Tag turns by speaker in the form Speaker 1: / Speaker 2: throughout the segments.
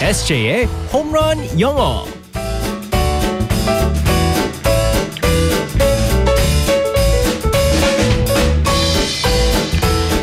Speaker 1: SJ의 홈런 영어.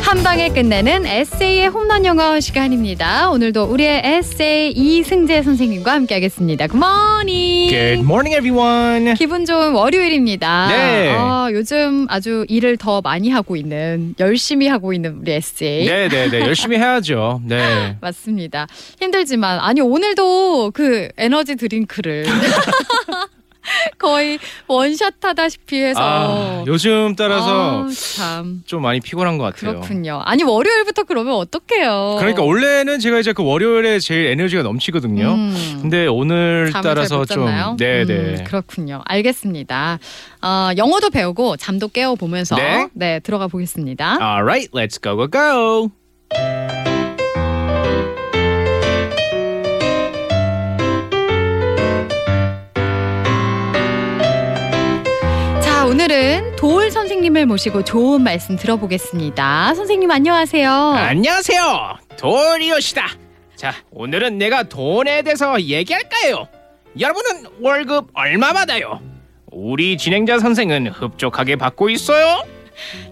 Speaker 2: 한 방에 끝내는 에세이의 홈런 영어 시간입니다. 오늘도 우리의 에세이 이승재 선생님과 함께하겠습니다. Good morning.
Speaker 1: Good morning, everyone.
Speaker 2: 기분 좋은 월요일입니다.
Speaker 1: 네.
Speaker 2: 아, 요즘 아주 일을 더 많이 하고 있는 열심히 하고 있는 우리 에세이.
Speaker 1: 네, 네, 네. 열심히 해야죠. 네.
Speaker 2: 맞습니다. 힘들지만 아니 오늘도 그 에너지 드링크를 거의 원샷 하다시피 해서
Speaker 1: 아, 요즘 따라서
Speaker 2: 아, 참
Speaker 1: 좀 많이 피곤한 것 같아요.
Speaker 2: 그렇군요. 아니 월요일부터 그러면 어떡해요?
Speaker 1: 그러니까 원래는 제가 이제 그 월요일에 제일 에너지가 넘치거든요.
Speaker 2: 음.
Speaker 1: 근데 오늘
Speaker 2: 잠을
Speaker 1: 따라서
Speaker 2: 잘못 잤나요?
Speaker 1: 좀 네, 네.
Speaker 2: 음, 그렇군요. 알겠습니다. 어, 영어도 배우고 잠도 깨어 보면서
Speaker 1: 네.
Speaker 2: 네? 들어가 보겠습니다.
Speaker 1: All right, let's go go go. 아.
Speaker 2: 자, 오늘은 도울 선생님을 모시고 좋은 말씀 들어보겠습니다. 선생님 안녕하세요.
Speaker 1: 안녕하세요. 도리오시다. 자, 오늘은 내가 돈에 대해서 얘기할까요? 여러분은 월급 얼마 받아요? 우리 진행자 선생은 흡족하게 받고 있어요?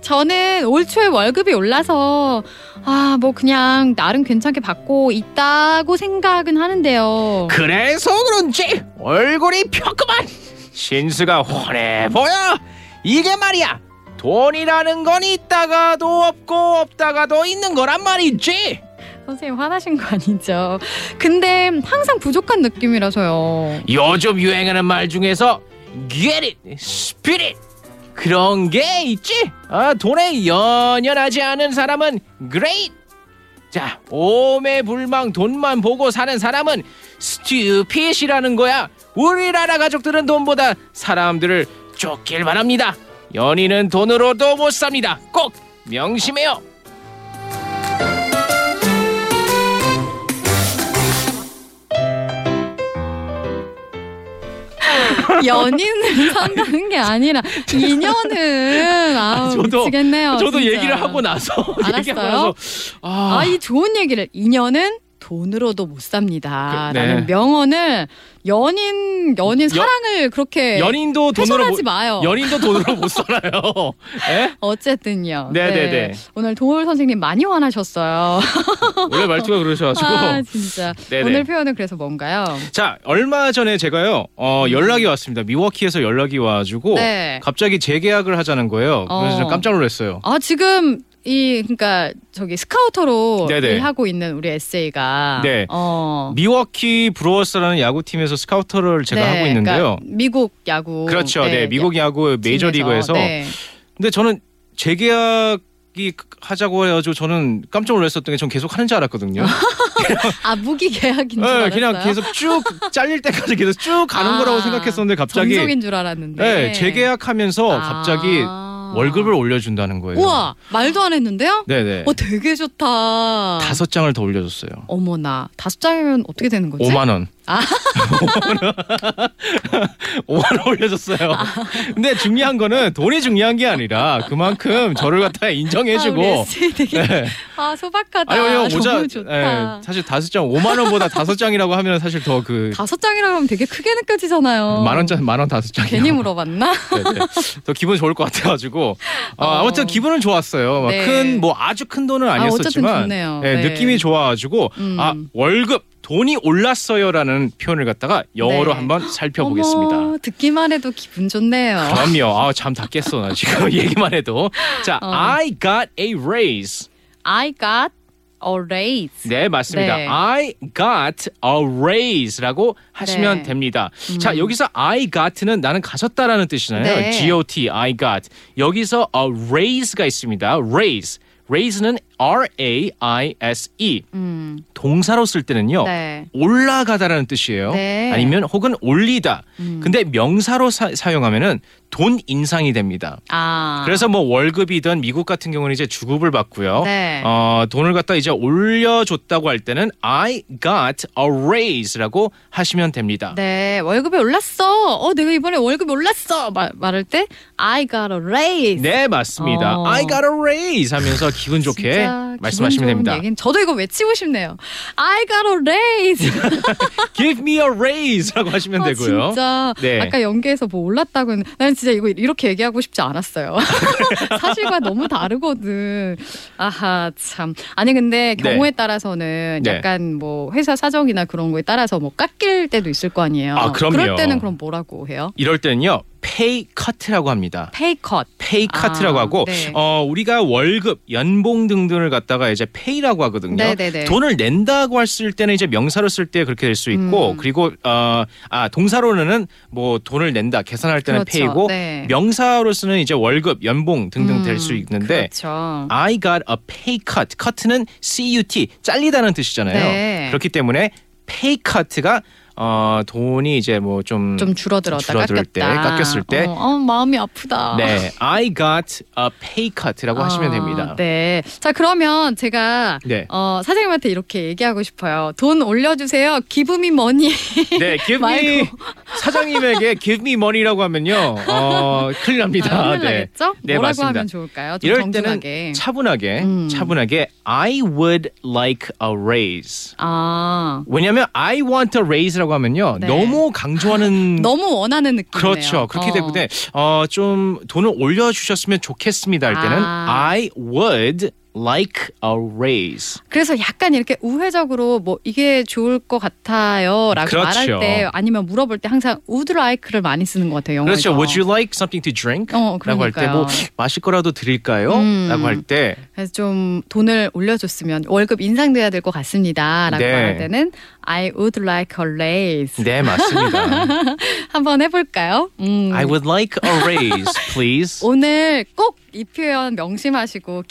Speaker 2: 저는 올 초에 월급이 올라서 아, 뭐 그냥 나름 괜찮게 받고 있다고 생각은 하는데요.
Speaker 1: 그래서 그런지 얼굴이 펴그만 신수가 훤해 보여 이게 말이야 돈이라는 건 있다가도 없고 없다가도 있는 거란 말이지
Speaker 2: 선생님 화나신 거 아니죠? 근데 항상 부족한 느낌이라서요.
Speaker 1: 요즘 유행하는 말 중에서 get it, spirit 그런 게 있지 아, 돈에 연연하지 않은 사람은 great 자 오매불망 돈만 보고 사는 사람은 stupid이라는 거야 우리나라 가족들은 돈보다 사람들을 쫓길 바랍니다 연인은 돈으로도 못 삽니다 꼭 명심해요
Speaker 2: 연인을 산다는 게 아니라 인연은 아
Speaker 1: 아니, 저도-
Speaker 2: 미치겠네요.
Speaker 1: 저도
Speaker 2: 진짜.
Speaker 1: 얘기를 하고 나서
Speaker 2: 알았어요?
Speaker 1: 얘기하고 나서 아,
Speaker 2: 아이 좋은 얘기를 인연은 돈으로도 못 삽니다.
Speaker 1: 그, 네.
Speaker 2: 라는 명언을 연인 연인 사랑을 그렇게
Speaker 1: 연인도 돈으로 못-
Speaker 2: 훼손하지 마요.
Speaker 1: 연인도 돈으로 못 살아요. 예?
Speaker 2: 어쨌든요.
Speaker 1: 네네네.
Speaker 2: 오늘 동월 선생님 많이 화나셨어요.
Speaker 1: 원래 말투가 그러셔가지고.
Speaker 2: 아 진짜.
Speaker 1: 네네.
Speaker 2: 오늘 표현은 그래서 뭔가요?
Speaker 1: 자 얼마 전에 제가요 어, 연락이 왔습니다. 미워키에서 연락이 와가지고
Speaker 2: 네.
Speaker 1: 갑자기 재계약을 하자는 거예요. 그래서
Speaker 2: 어.
Speaker 1: 저는 깜짝 놀랐어요.
Speaker 2: 아 지금 이 그러니까 저기 스카우터로
Speaker 1: 네네.
Speaker 2: 일하고 있는 우리 에세이가
Speaker 1: 네.
Speaker 2: 어.
Speaker 1: 미워키 브루어스라는 야구팀에서 스카우터를 제가
Speaker 2: 네,
Speaker 1: 하고 있는데요.
Speaker 2: 그러니까 미국 야구.
Speaker 1: 그렇죠 네, 미국 야구
Speaker 2: 팀에서,
Speaker 1: 메이저리그에서.
Speaker 2: 네.
Speaker 1: 근데 저는 재계약이 하자고 해가지고 저는 깜짝 놀랐었던 게 전 계속 하는 줄 알았거든요.
Speaker 2: 아 무기 계약인 줄
Speaker 1: 네,
Speaker 2: 알았어요.
Speaker 1: 그냥 계속 쭉 잘릴 때까지 계속 쭉 가는
Speaker 2: 아,
Speaker 1: 거라고 생각했었는데 갑자기
Speaker 2: 정석인 줄 알았는데.
Speaker 1: 네, 재계약하면서 갑자기
Speaker 2: 아.
Speaker 1: 월급을 올려준다는 거예요.
Speaker 2: 우와 말도 안 했는데요?
Speaker 1: 네네.
Speaker 2: 어 되게 좋다.
Speaker 1: 다섯 장을 더 올려줬어요.
Speaker 2: 어머나 다섯 장이면 어떻게 되는 거지?
Speaker 1: 5만 원.
Speaker 2: 아.
Speaker 1: 5만 원 올려줬어요.
Speaker 2: 아.
Speaker 1: 근데 중요한 거는 돈이 중요한 게 아니라 그만큼 저를 갖다
Speaker 2: 아, 우리
Speaker 1: 인정해주고.
Speaker 2: SJ 되게
Speaker 1: 네.
Speaker 2: 아 소박하다.
Speaker 1: 아니, 왜냐면 오자,
Speaker 2: 너무 좋다.
Speaker 1: 예, 사실 다섯 장, 5만 원보다 다섯 장이라고 하면 사실 더 그,
Speaker 2: 다섯 장이라고 하면 되게 크게 느껴지잖아요.
Speaker 1: 만 원짜리, 만원 다섯 장이.
Speaker 2: 어. 괜히 물어봤나?
Speaker 1: 네네. 더 기분 좋을 것 같아가지고
Speaker 2: 어.
Speaker 1: 아, 무튼 기분은 좋았어요.
Speaker 2: 네.
Speaker 1: 큰 뭐 아주 큰 돈은
Speaker 2: 어쨌든
Speaker 1: 아니었었지만
Speaker 2: 좋네요.
Speaker 1: 예,
Speaker 2: 네.
Speaker 1: 느낌이 좋아가지고
Speaker 2: 음.
Speaker 1: 아 월급 돈이 올랐어요라는 표현을 갖다가 영어로
Speaker 2: 네.
Speaker 1: 한번 살펴보겠습니다.
Speaker 2: 어머, 듣기만 해도 기분 좋네요.
Speaker 1: 그럼요. 아, 잠 다 깼어. 나 지금 얘기만 해도. 자,
Speaker 2: 어.
Speaker 1: I got a raise.
Speaker 2: I got a raise.
Speaker 1: 네, 맞습니다.
Speaker 2: 네.
Speaker 1: I got a raise라고 하시면
Speaker 2: 네.
Speaker 1: 됩니다. 자, 여기서 I got는 나는 가졌다라는 뜻이잖아요.
Speaker 2: 네.
Speaker 1: GOT, I got. 여기서 a raise가 있습니다. raise. raise는 R-A-I-S-E.
Speaker 2: 음,
Speaker 1: E. 동사로 쓸 때는요.
Speaker 2: 네.
Speaker 1: 올라가다라는 뜻이에요.
Speaker 2: 네. 음.
Speaker 1: 아니면 혹은 올리다. 근데 명사로 사, 용하면은 돈 인상이 됩니다.
Speaker 2: 아.
Speaker 1: 그래서 뭐 월급이든 미국 같은 경우는 이제 주급을 받고요.
Speaker 2: 네.
Speaker 1: 어, 돈을 갖다 이제 올려줬다고 할 때는 I got a raise라고 하시면 됩니다.
Speaker 2: 네, 월급이 올랐어. 어, 내가 이번에 월급이 올랐어. 마, 말할 때 I got a raise.
Speaker 1: 네, 맞습니다.
Speaker 2: 어.
Speaker 1: I got a raise 하면서 기분 좋게
Speaker 2: 진짜
Speaker 1: 말씀하시면
Speaker 2: 기분 좋은
Speaker 1: 됩니다.
Speaker 2: 얘기는- 저도 이거 외치고 싶네요. I got a raise.
Speaker 1: Give me a raise라고 하시면
Speaker 2: 아,
Speaker 1: 되고요.
Speaker 2: 진짜
Speaker 1: 네.
Speaker 2: 아까 연기에서 뭐 올랐다고 했는데 난 진짜 이거 이렇게 얘기하고 싶지 않았어요. 사실과 너무 다르거든. 아하 참. 아니 근데
Speaker 1: 네.
Speaker 2: 경우에 따라서는
Speaker 1: 네.
Speaker 2: 약간 뭐 회사 사정이나 그런 거에 따라서 뭐 깎일 때도 있을 거 아니에요.
Speaker 1: 아, 그럼요.
Speaker 2: 럴 때는 그럼 뭐라고 해요?
Speaker 1: 이럴 때는요. pay cut라고 합니다.
Speaker 2: 페이 컷.
Speaker 1: pay cut라고
Speaker 2: 아,
Speaker 1: 하고
Speaker 2: 네.
Speaker 1: 어, 우리가 월급, 연봉 등등을 갖다가 이제 pay라고 하거든요.
Speaker 2: 네네네.
Speaker 1: 돈을 낸다고 했을 때는 이제 명사로 쓸 때 그렇게 될 수 있고
Speaker 2: 음.
Speaker 1: 그리고 어, 아 동사로는 뭐 돈을 낸다 계산할 때는
Speaker 2: 그렇죠.
Speaker 1: pay고
Speaker 2: 네.
Speaker 1: 명사로서는 이제 월급, 연봉 등등
Speaker 2: 음,
Speaker 1: 될 수 있는데 아,
Speaker 2: 그렇죠.
Speaker 1: I got a pay cut. cut는 cut 잘리다는 뜻이잖아요.
Speaker 2: 네.
Speaker 1: 그렇기 때문에 pay cut가 어, 돈이 이제 뭐좀
Speaker 2: 좀 줄어들었다
Speaker 1: 줄어들 때,
Speaker 2: 깎였다.
Speaker 1: 깎였을 때.
Speaker 2: 어, 어, 마음이 아프다.
Speaker 1: 네, I got a pay cut라고 하시면
Speaker 2: 아,
Speaker 1: 됩니다.
Speaker 2: 네. 자 그러면 제가
Speaker 1: 네.
Speaker 2: 어, 사장님한테 이렇게 얘기하고 싶어요. 돈 올려주세요. 기분이 뭐니?
Speaker 1: 네, give me
Speaker 2: 말고.
Speaker 1: 사장님에게 give me money라고 하면요, 어, 큰일 납니다.
Speaker 2: 아, 큰일
Speaker 1: 네.
Speaker 2: 나겠죠?
Speaker 1: 네,
Speaker 2: 뭐라고
Speaker 1: 맞습니다.
Speaker 2: 하면 좋을까요? 좀
Speaker 1: 이럴
Speaker 2: 정중하게.
Speaker 1: 때는 차분하게,
Speaker 2: 음.
Speaker 1: 차분하게 I would like a raise.
Speaker 2: 아
Speaker 1: 왜냐하면 I want a raise라고 하면요,
Speaker 2: 네.
Speaker 1: 너무 강조하는
Speaker 2: 너무 원하는 느낌이네요.
Speaker 1: 음. 그렇죠. 그렇기
Speaker 2: 어.
Speaker 1: 때문에 어, 좀 돈을 올려주셨으면 좋겠습니다 할 때는
Speaker 2: 아.
Speaker 1: I would like a raise.
Speaker 2: 그래서 약간 이렇게 우회적으로 뭐 이게 좋을 것 같아요라고
Speaker 1: 그렇죠.
Speaker 2: 말할 때 아니면 물어볼 때 항상 would like를 많이 쓰는 것 같아요. 영어에서.
Speaker 1: 그렇죠. Would you like something to drink?
Speaker 2: 어,
Speaker 1: 라고 할 때 뭐
Speaker 2: 그러니까요.
Speaker 1: 마실 거라도 드릴까요?
Speaker 2: 음.
Speaker 1: 라고 할 때
Speaker 2: 그래서 좀 돈을 올려줬으면 월급 인상돼야 될 것 같습니다라고
Speaker 1: 네.
Speaker 2: 말할 때는 I would like a raise.
Speaker 1: 네, 맞습니다.
Speaker 2: 한번 해볼까요? 음.
Speaker 1: I would like a raise, please.
Speaker 2: 오늘 꼭 이 표현 명심하시고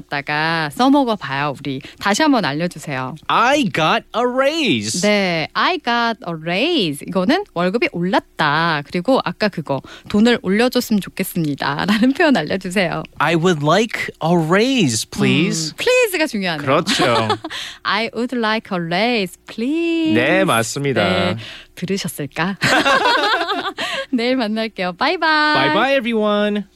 Speaker 2: 기억하셨다가 써먹어 봐요. 우리 다시 한번 알려주세요.
Speaker 1: I got a raise.
Speaker 2: 네, I got a raise. 이거는 월급이 올랐다. 그리고 아까 그거 돈을 올려줬으면 좋겠습니다.라는 표현 알려주세요.
Speaker 1: I would like a raise, please.
Speaker 2: 음, please가 중요하네요.
Speaker 1: 그렇죠.
Speaker 2: I would like a raise, please.
Speaker 1: 네, 맞습니다.
Speaker 2: 네, 들으셨을까? 내일 만날게요. 바이바이.
Speaker 1: Bye bye everyone.